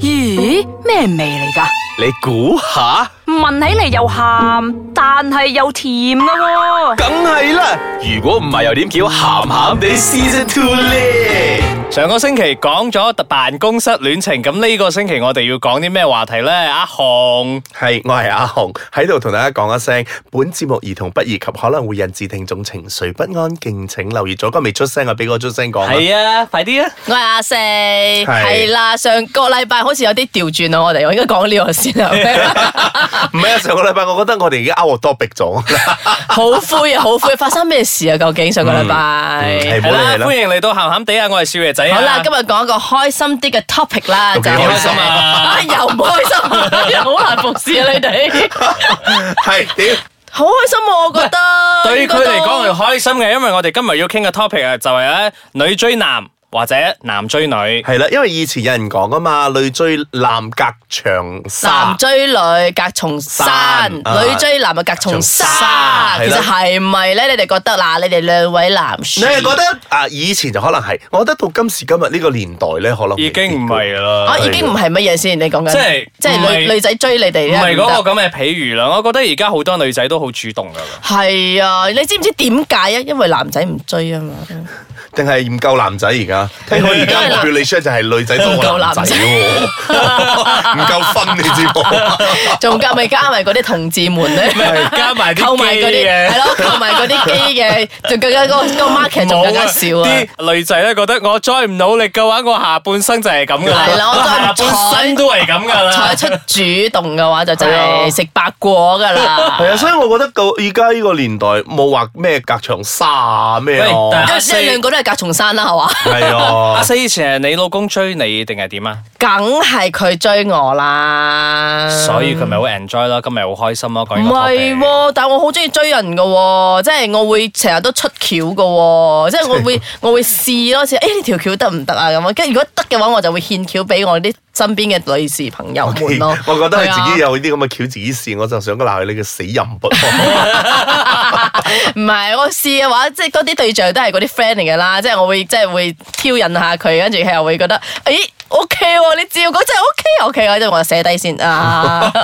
咦，咩味嚟噶？你估下，聞起嚟又鹹，但係又甜噶喎、梗係啦。如果唔係，又點叫鹹鹹地 Season Two 咧？上個星期講咗辦公室戀情，咁呢個星期我哋要講啲咩話題呢？阿紅，係，我係阿紅喺度同大家講一聲，本節目兒童不宜及可能會引致聽眾情緒不安，敬請留意。左哥未出聲啊，俾我出聲講啊。係啊，快啲啊！我係阿四，係啦，上個禮拜好似有啲調轉啊，我哋我應該講呢個先啊，唔係啊，上個禮拜我覺得我哋已經 out topic 咗。好灰啊，好灰，發生咩事啊？究竟上個禮拜係係冇理，啦啦歡。迎嚟到鹹鹹地啊！我係少爺仔啊！好啦，今日講一個開心啲嘅 topic 啦，有幾就係開心啊又唔開心，又好難服侍啊你哋，係 屌，好開心啊，我覺得對佢嚟講係係開心嘅，因為我哋今日要傾嘅 topic 啊，就係咧女追男或者男追女。係啦，因為以前有人講啊嘛，女追男隔長男沙。追女隔重山，山女追男啊隔重山重山。其係實啦係咪咧？你哋覺得嗱，你哋兩位男 士，你係覺得啊？以前就可能係，我覺得到今時今日呢個年代咧，可能已經唔係啦。啊，已經唔係乜嘢先？你講緊即係即唔係係女女仔追你哋唔咧，係嗰個個咁嘅譬喻啦，我覺得而家好多女仔都好主動噶啦。係啊！你知唔知點解啊？因為男仔唔追啊嘛，定係唔夠男仔而家？聽講而家因為男 population 就係女仔多過男仔喎， 唔夠分你知冇？仲加咪加埋嗰啲同志們咧，加埋 啲購埋嗰機啲嘅係咯，購埋嗰啲機嘅，仲更加嗰個嗰個 market 仲更加少啊！啲女仔咧覺得我再唔努力嘅話，我下半生就係咁噶啦。係啦我再唔下半生都係咁噶採啦。出主動嘅話就真係食白果 㗎啦。係啊，所以我覺得到而家呢個年代冇話咩隔長沙啊咩咯喂，但因阿為四因為兩個都係隔重山啦，係嘛？係阿啊，。四以前係你老公追你定係點啊？梗係佢追我啦。所以佢咪好 enjoy 咯，今日好開心咯，講唔呢個 topic 係喎，但我好中意追人嘅喎，即係我會成日都出橋嘅喎，即係我會我會試咯，似誒呢條橋得唔得啊咁啊，跟住如果得嘅話，我就會獻橋俾我啲身邊嘅女士朋友們咯 我覺得佢自己係啊有啲咁嘅橋自己試，我就想鬧佢你個死淫不 唔係我試嘅話，即係嗰啲對象都係嗰啲 friend 嚟㗎啦，即係我會即係會挑釁下佢，跟住佢又會覺得誒 OK 喎，你照講真係 OK 啊 OK 啊，跟住我就寫低先啊。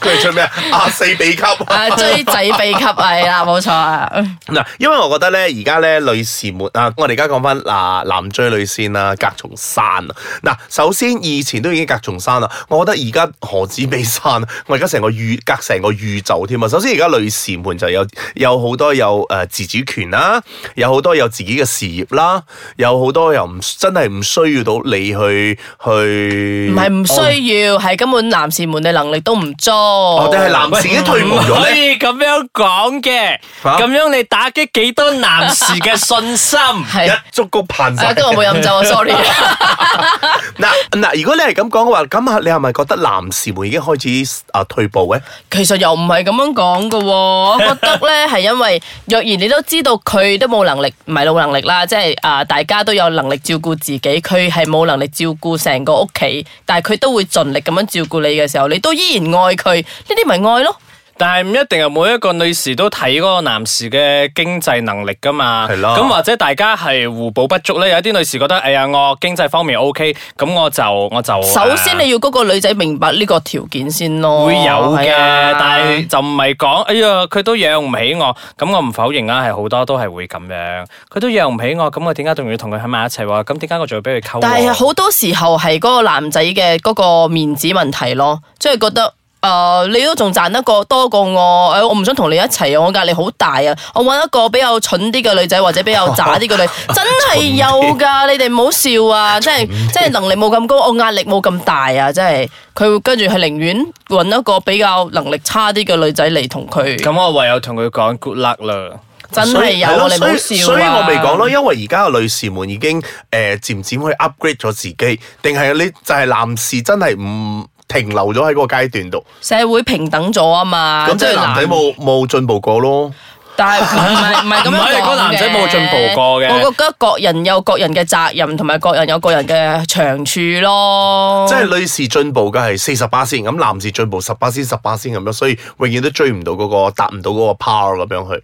佢係出咩啊啊？四比級啊，追仔秘笈係啦，冇錯啊。嗱，因為我覺得咧，而家咧女士們啊，我哋而家講翻嗱男追女先啦，隔重山啊。嗱，首先以前都已經隔重山啦，我覺得而家何止比山啊，我而家成個宇隔成個宇宙添啊。首先而家女士們就有有好多有誒、呃自主權啦，有好多有自己嘅事業啦，有好多又唔真係唔需要到你去去，唔係唔需要，係根本男士們嘅能力都唔足。哦，我定係男士已經退步唔咗可咧。以咁樣講嘅，嚇咁樣你打擊幾多男士嘅信心？ 係一足高攀晒啊，，跟住我冇飲酒啊，sorry。 嗱嗱，如果你係咁講嘅話，咁啊，你係咪覺得男士們已經開始啊退步咧？其實又唔係咁樣講嘅喎，我覺得咧係因為若然你都知道佢都冇能力，唔係冇能力啦，即係啊、大家都有能力照顧自己，佢係冇能力照顧成個屋企，但係佢都會盡力咁樣照顧你嘅時候，你都依然愛佢，呢啲咪愛咯。但係唔一定係啊每一個女士都睇嗰個男士嘅經濟能力噶嘛。係啦咁或者大家係互補不足咧，有啲女士覺得，哎呀，我經濟方面 O K，咁我就我就首先呃你要嗰個女仔明白呢個條件先咯，會有嘅，係啊但係就唔係講，哎呀，佢都養唔起我，咁我唔否認啦，係好多都係會咁樣，佢都養唔起我，咁我點解仲要同佢喺埋一齊喎？咁點解我仲要啊俾佢溝我？但係好多時候係嗰個男仔嘅嗰個面子問題咯，即係覺得。誒、你都仲賺得過多過我，誒、我唔想同你一齊啊！我壓力好大啊！我揾一個比較蠢啲嘅女仔，或者比較渣 啲嘅女，真係有㗎！你哋唔好笑啊！即係即係能力冇咁高，我壓力冇咁大啊！即係佢會跟住係寧願揾一個比較能力差啲嘅女仔嚟同佢，咁我唯有同佢講 good luck 啦。真係有所以啊！你係唔好咯笑啊！所以所以我咪講咯，因為而家嘅女士們已經誒、呃、漸漸去 upgrade 咗自己，定係你就係男士真係唔停留咗喺嗰個階段度，社會平等咗啊嘛，咁即係係男仔冇冇進步過咯。但係唔係唔係咁樣唔係你覺講得男仔冇進步過嘅我覺得各人有各人嘅責任，同埋各人有各人嘅長處咯。即係女士進步嘅係四十八先，咁男士進步十八先、十八先咁樣，所以永遠都追唔到嗰、個達唔到嗰個 power 咁樣去。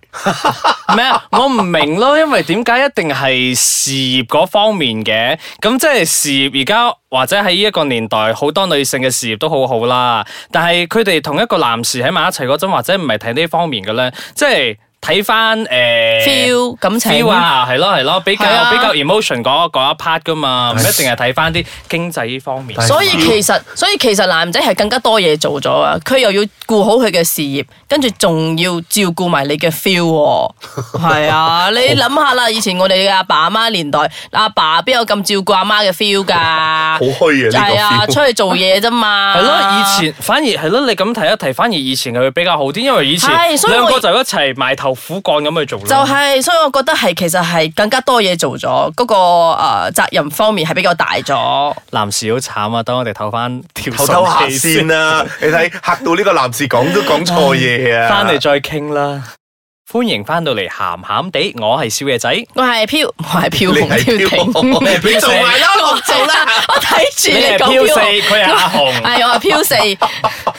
咩啊？我唔明咯，因為點解一定係事業嗰方面嘅？咁即係事業而家或者喺呢一個年代，好多女性嘅事業都好好啦。但係佢哋同一個男士喺埋一齊嗰陣，或者唔係睇呢方面嘅咧，即係睇翻诶 feel 感情 feel 啊，係咯係咯，比較係啊比較 emotion 嗰嗰一 part 噶嘛，唔一定係睇翻啲經濟呢方面。所以其實，所以其實男仔係更加多嘢做咗啊！佢又要顧好佢嘅事業，跟住仲要照顧埋你嘅 feel 喎。係啊，你諗下啦，以前我哋嘅阿爸阿媽年代，阿爸邊有咁照顧阿媽嘅 feel 㗎？好虛啊呢個係啊， feel 出去做嘢啫嘛。係咯，以前反而係咯，你咁提一提，反而以前佢會比較好啲，因為以前係所以兩我個就一齊埋頭苦幹咁去做咯。就係、所以我覺得係其實係更加多嘢做咗，嗰、個誒、呃、責任方面係比較大咗。男士好慘啊！等我哋唞翻條偷偷下順氣先啦、你睇嚇到呢個男士講都講錯嘢啊！翻嚟再傾啦。歡迎翻到嚟鹹鹹地，我係少爺仔。我係飄， 我係飄你紅係飄飄頂。 紅，飄你做埋啦，我做啦， 我睇住你你係講飄飄四，紅。佢係阿紅。 係我係飄四，哎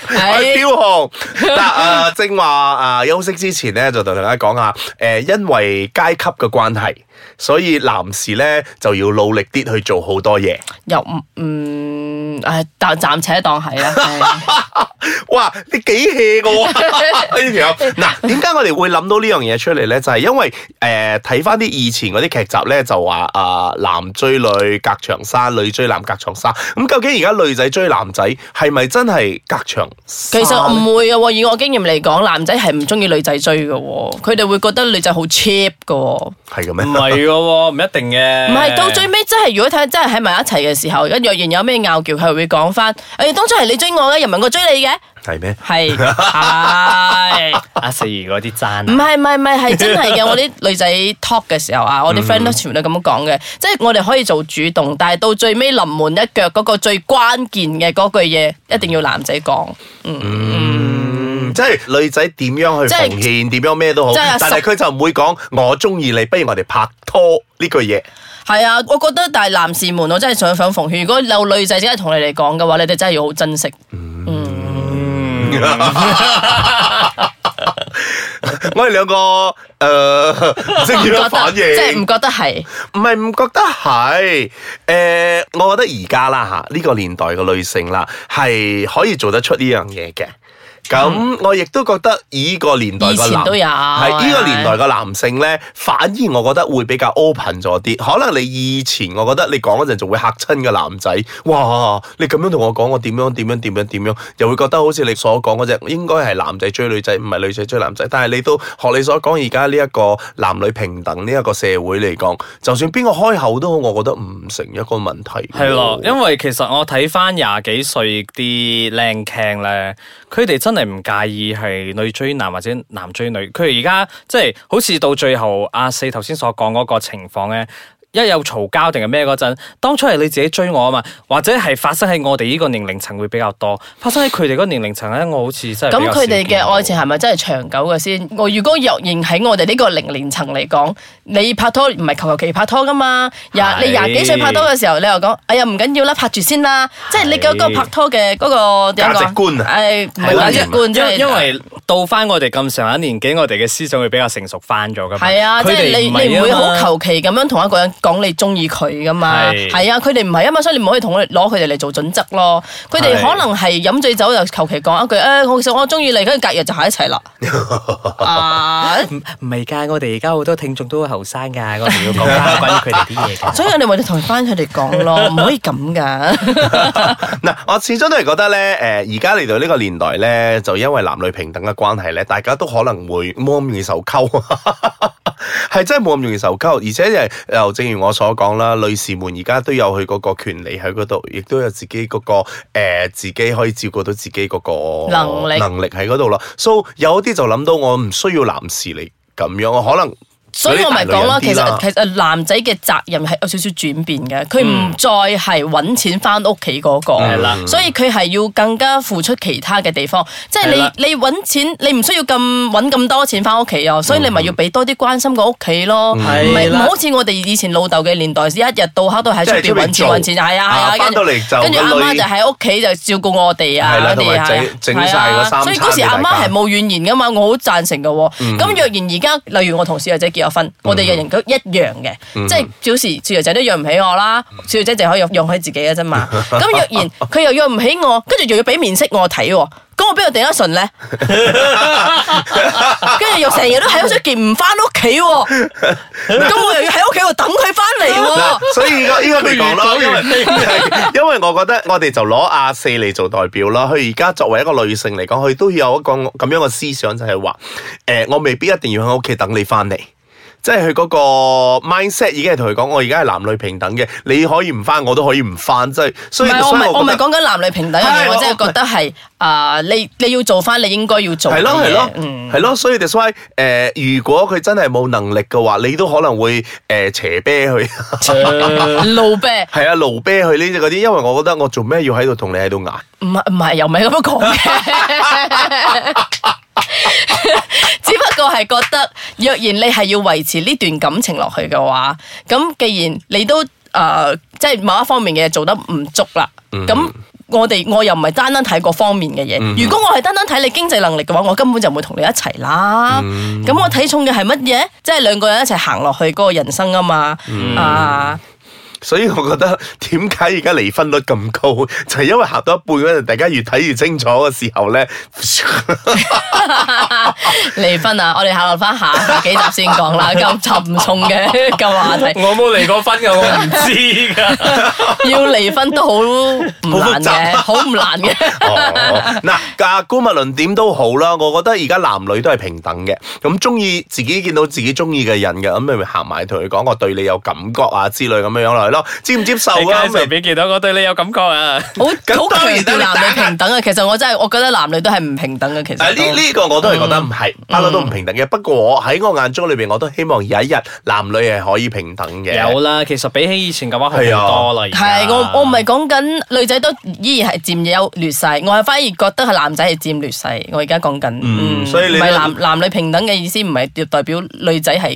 我係係飄紅。嗱誒，正話啊，休息之前咧，就同大家講下誒，因為階級嘅關係，所以男士咧就要努力啲去做好多嘢。又唔嗯，唉，但暫且當係 啦。係哇！你幾 hea 㗎喎 呢條友嗱，點解我哋會諗到呢樣嘢出嚟咧？就係、因為誒睇翻啲以前嗰啲劇集咧，就話啊、男追女隔長山，女追男隔長沙。咁究竟而家女仔追男仔係咪真係隔長其沙呢？實唔會嘅喎，以我經驗嚟講，男仔係唔中意女仔追嘅喎，佢哋會覺得女仔好 cheap 嘅喎。係咁唔咩？係嘅喎，唔一定嘅。唔係到最尾，真係如果睇真係喺埋一齊嘅時候，一若然有咩拗撬，佢會講翻：，誒、當初係你追我嘅，又唔係我追你嘅，係咩？ 係係。阿四兒嗰啲讚唔。係唔係唔係，係真係嘅。我啲女仔 talk 嘅時候啊，嗯我啲 friend 都全部都咁講嘅，即係我哋可以做主動，但係到最尾臨門一腳嗰個最關鍵嘅嗰句嘢，一定要男仔講。嗯，即係女仔點樣去即係奉獻，點樣咩都好，即係阿但係十佢就唔會講我中意你，不如我哋拍拖呢句 嘢。係啊，我覺得但係男士們，我真係想想奉勸，如果有女仔真係同你哋講嘅話，你哋真係要好珍惜。嗯嗯 嗯我哋兩個誒，呃唔識點覺樣得反應，即係唔覺得係。唔係唔覺得係，誒、呃我覺得而家啦嚇，呢、個年代嘅女性啦，係可以做得出呢樣嘢嘅。咁我亦都覺得依個年代嗯以嘅前男都有係依個年代嘅男性咧，反而我覺得會比較 open 咗啲。可能你以前我覺得你講嗰陣就會嚇親嘅男仔，哇！你咁樣同我講，我點樣點樣點樣點樣，又會覺得好似你所講嗰只應該係男仔追女仔，唔係女仔追男仔。但係你都學你所講，而家呢一個男女平等呢一個社會嚟講，就算邊個開口都好，我覺得唔成一個問題。係咯，哦因為其實我睇翻廿幾歲啲靚劇咧，佢哋真係唔介意係女追男或者男追女。佢哋而家即係好似到最後阿四頭先所講嗰個情況咧。一有嘈交定係咩嗰陣，當初係你自己追我啊嘛，或者係發生喺我哋呢個年齡層會比較多，發生喺佢哋嗰個年齡層咧，我好似真係咁比較佢哋少見嘅到愛情係咪真係長久嘅先？我如果若然喺我哋呢個零年層嚟講，你拍拖唔係求求其拍拖噶嘛？廿係你廿幾歲拍拖嘅時候，你又講哎呀唔緊要啦，拍住先啦。即係你嗰個拍拖嘅嗰個點講價值觀啊誒唔係係啦價值觀，即因係因為到翻我哋咁上下年紀，我哋嘅思想會比較成熟翻咗噶嘛。係啊，即佢係哋你係你唔會啊嘛好求其咁樣同一個人講你中意佢噶嘛？係係啊，佢哋唔係啊嘛，所以你唔可以同佢攞佢哋嚟做準則咯。佢哋係可能係飲醉酒就求其講一句，誒，我其實我中意你，跟住隔日就喺一 齊啦。啊！唔係㗎，我哋而家好多聽眾都好後生㗎， 我哋要講翻啊關於佢哋啲嘢㗎。所以我哋咪要同翻佢哋 講咯，唔可以咁噶。嗱，我始終都係覺得咧，誒而家嚟到呢個年代咧，就因為男女平等嘅關係咧，大家都可能會冇咁容易受溝， 係真係冇咁容易受溝，而且又又正如我所講啦，女士們而家都有佢嗰個權利喺嗰度，亦都有自己嗰、個、呃、自己可以照顧到自己嗰個能力能力喺嗰度啦。So 有啲就諗到我唔需要男士嚟咁樣，我可能。所以我咪講嗰啲大咯，女其人啲啦實其實男仔嘅責任係有少少轉變嘅，佢嗯唔再係揾錢翻屋企嗰個，係啦所以佢係要更加付出其他嘅地方，即係係啦你你揾錢，你唔需要咁揾咁多錢翻屋企啊，所以你咪嗯要俾多啲關心個屋企咯，唔係係唔啦好似我哋以前老豆嘅年代，一日到黑都喺出邊揾即錢係出邊做揾錢，係啊係啊啊，返到嚟就跟住個阿女媽就喺屋企就照顧我哋啊係啦嗰同啲埋啊整係啊，整晒嗰三餐所以嗰時阿俾大媽家嗯係冇怨言噶嘛，我好贊成嘅喎。咁若然而家例如我同小女仔結咗婚，我哋嘅人都一樣嘅，嗯即係有時小女仔都養唔起我啦，小女仔淨可以養起自己嘅 啫嘛。咁若然佢又養唔起我，跟住又要俾面色我睇喎。咁我邊度頂得順 咧？跟住又成日都喺出邊唔翻屋企喎，咁我又要喺屋企度等佢翻 嚟喎。嗱，所以呢個呢個未講咯，越因講為 越因為我覺得我哋就攞阿四嚟做代表啦。佢而家作為一個女性嚟講，佢都有一個咁樣嘅思想，就係話誒，我未必一定要喺屋企等你翻嚟。即係佢嗰個 mindset 已經係同佢講，我而家係男女平等嘅，你可以唔翻，我都可以唔翻，即係所唔以係，我所唔以係我唔係覺得講緊男女平等嘅嘢，係我我真係覺得係啊，你你要做翻你應該要做嘅係咯係嘢咯，嗯，係咯，所以 that's why 誒，如果佢真係冇能力嘅話，你都可能會誒斜啤佢。路嗯啤係啊，路啤佢呢啲嗰啲，因為我覺得我做咩要喺度同你喺度捱？唔係唔係，又唔係咁樣講嘅。 只不過係覺得，若然你係要維持呢段感情落去嘅話，咁既然你都誒、呃即係某一方面嘅嘢做得唔足啦，咁、我哋我又唔係單單睇嗰方面嘅嘢。如果我係單單睇你經濟能力嘅話，我根本就唔會同你一齊啦。咁、我睇重嘅係乜嘢？即係兩個人一齊行落去嗰個人生啊嘛。啊，所以我覺得點解而家離婚率咁高， 就係因為行到一半嗰陣，大家越睇越清楚嘅時候咧， 離婚啊！我哋下落翻下下幾集先 講啦，咁沉重嘅 嘅話題。 我冇離過婚㗎，我唔知 㗎。要離婚都好唔難嘅，好好唔難嘅。 哦，嗱，價姑勿論點都好啦，我覺得而家男女都係平等嘅，咁中意自己見到自己中意嘅人嘅，咁咪咪行埋同佢講我對你有感覺啊之類咁樣樣落去咯，接唔接受你啊？街咁上咪邊見到我對你有感覺啊？好咁好當強然調啦男女平等啊！其實我真係，我覺得男女都係唔平等嘅。其實啊！呢都呢個我都係覺得唔係，嗯不嬲都唔平等嘅。不過喺我眼中裏邊，我都希望有一日男女係可以平等嘅。有啦，其實比起以前嘅話好係啊好多啦。而家係我我唔 係講緊女仔都依然係佔優劣勢，我係反而覺得係男仔係佔劣勢。我而家講緊，嗯所以你唔係都男男女平等嘅意思，唔係代表女仔係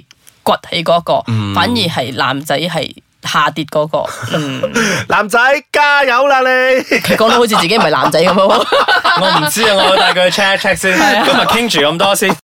崛起嗰個，嗯反而係男仔係下跌嗰個。嗯，男仔加油啦你！佢講到好似自己唔係男仔咁喎。啊我唔知啊，我帶佢去 check check 先。今日傾住咁多先。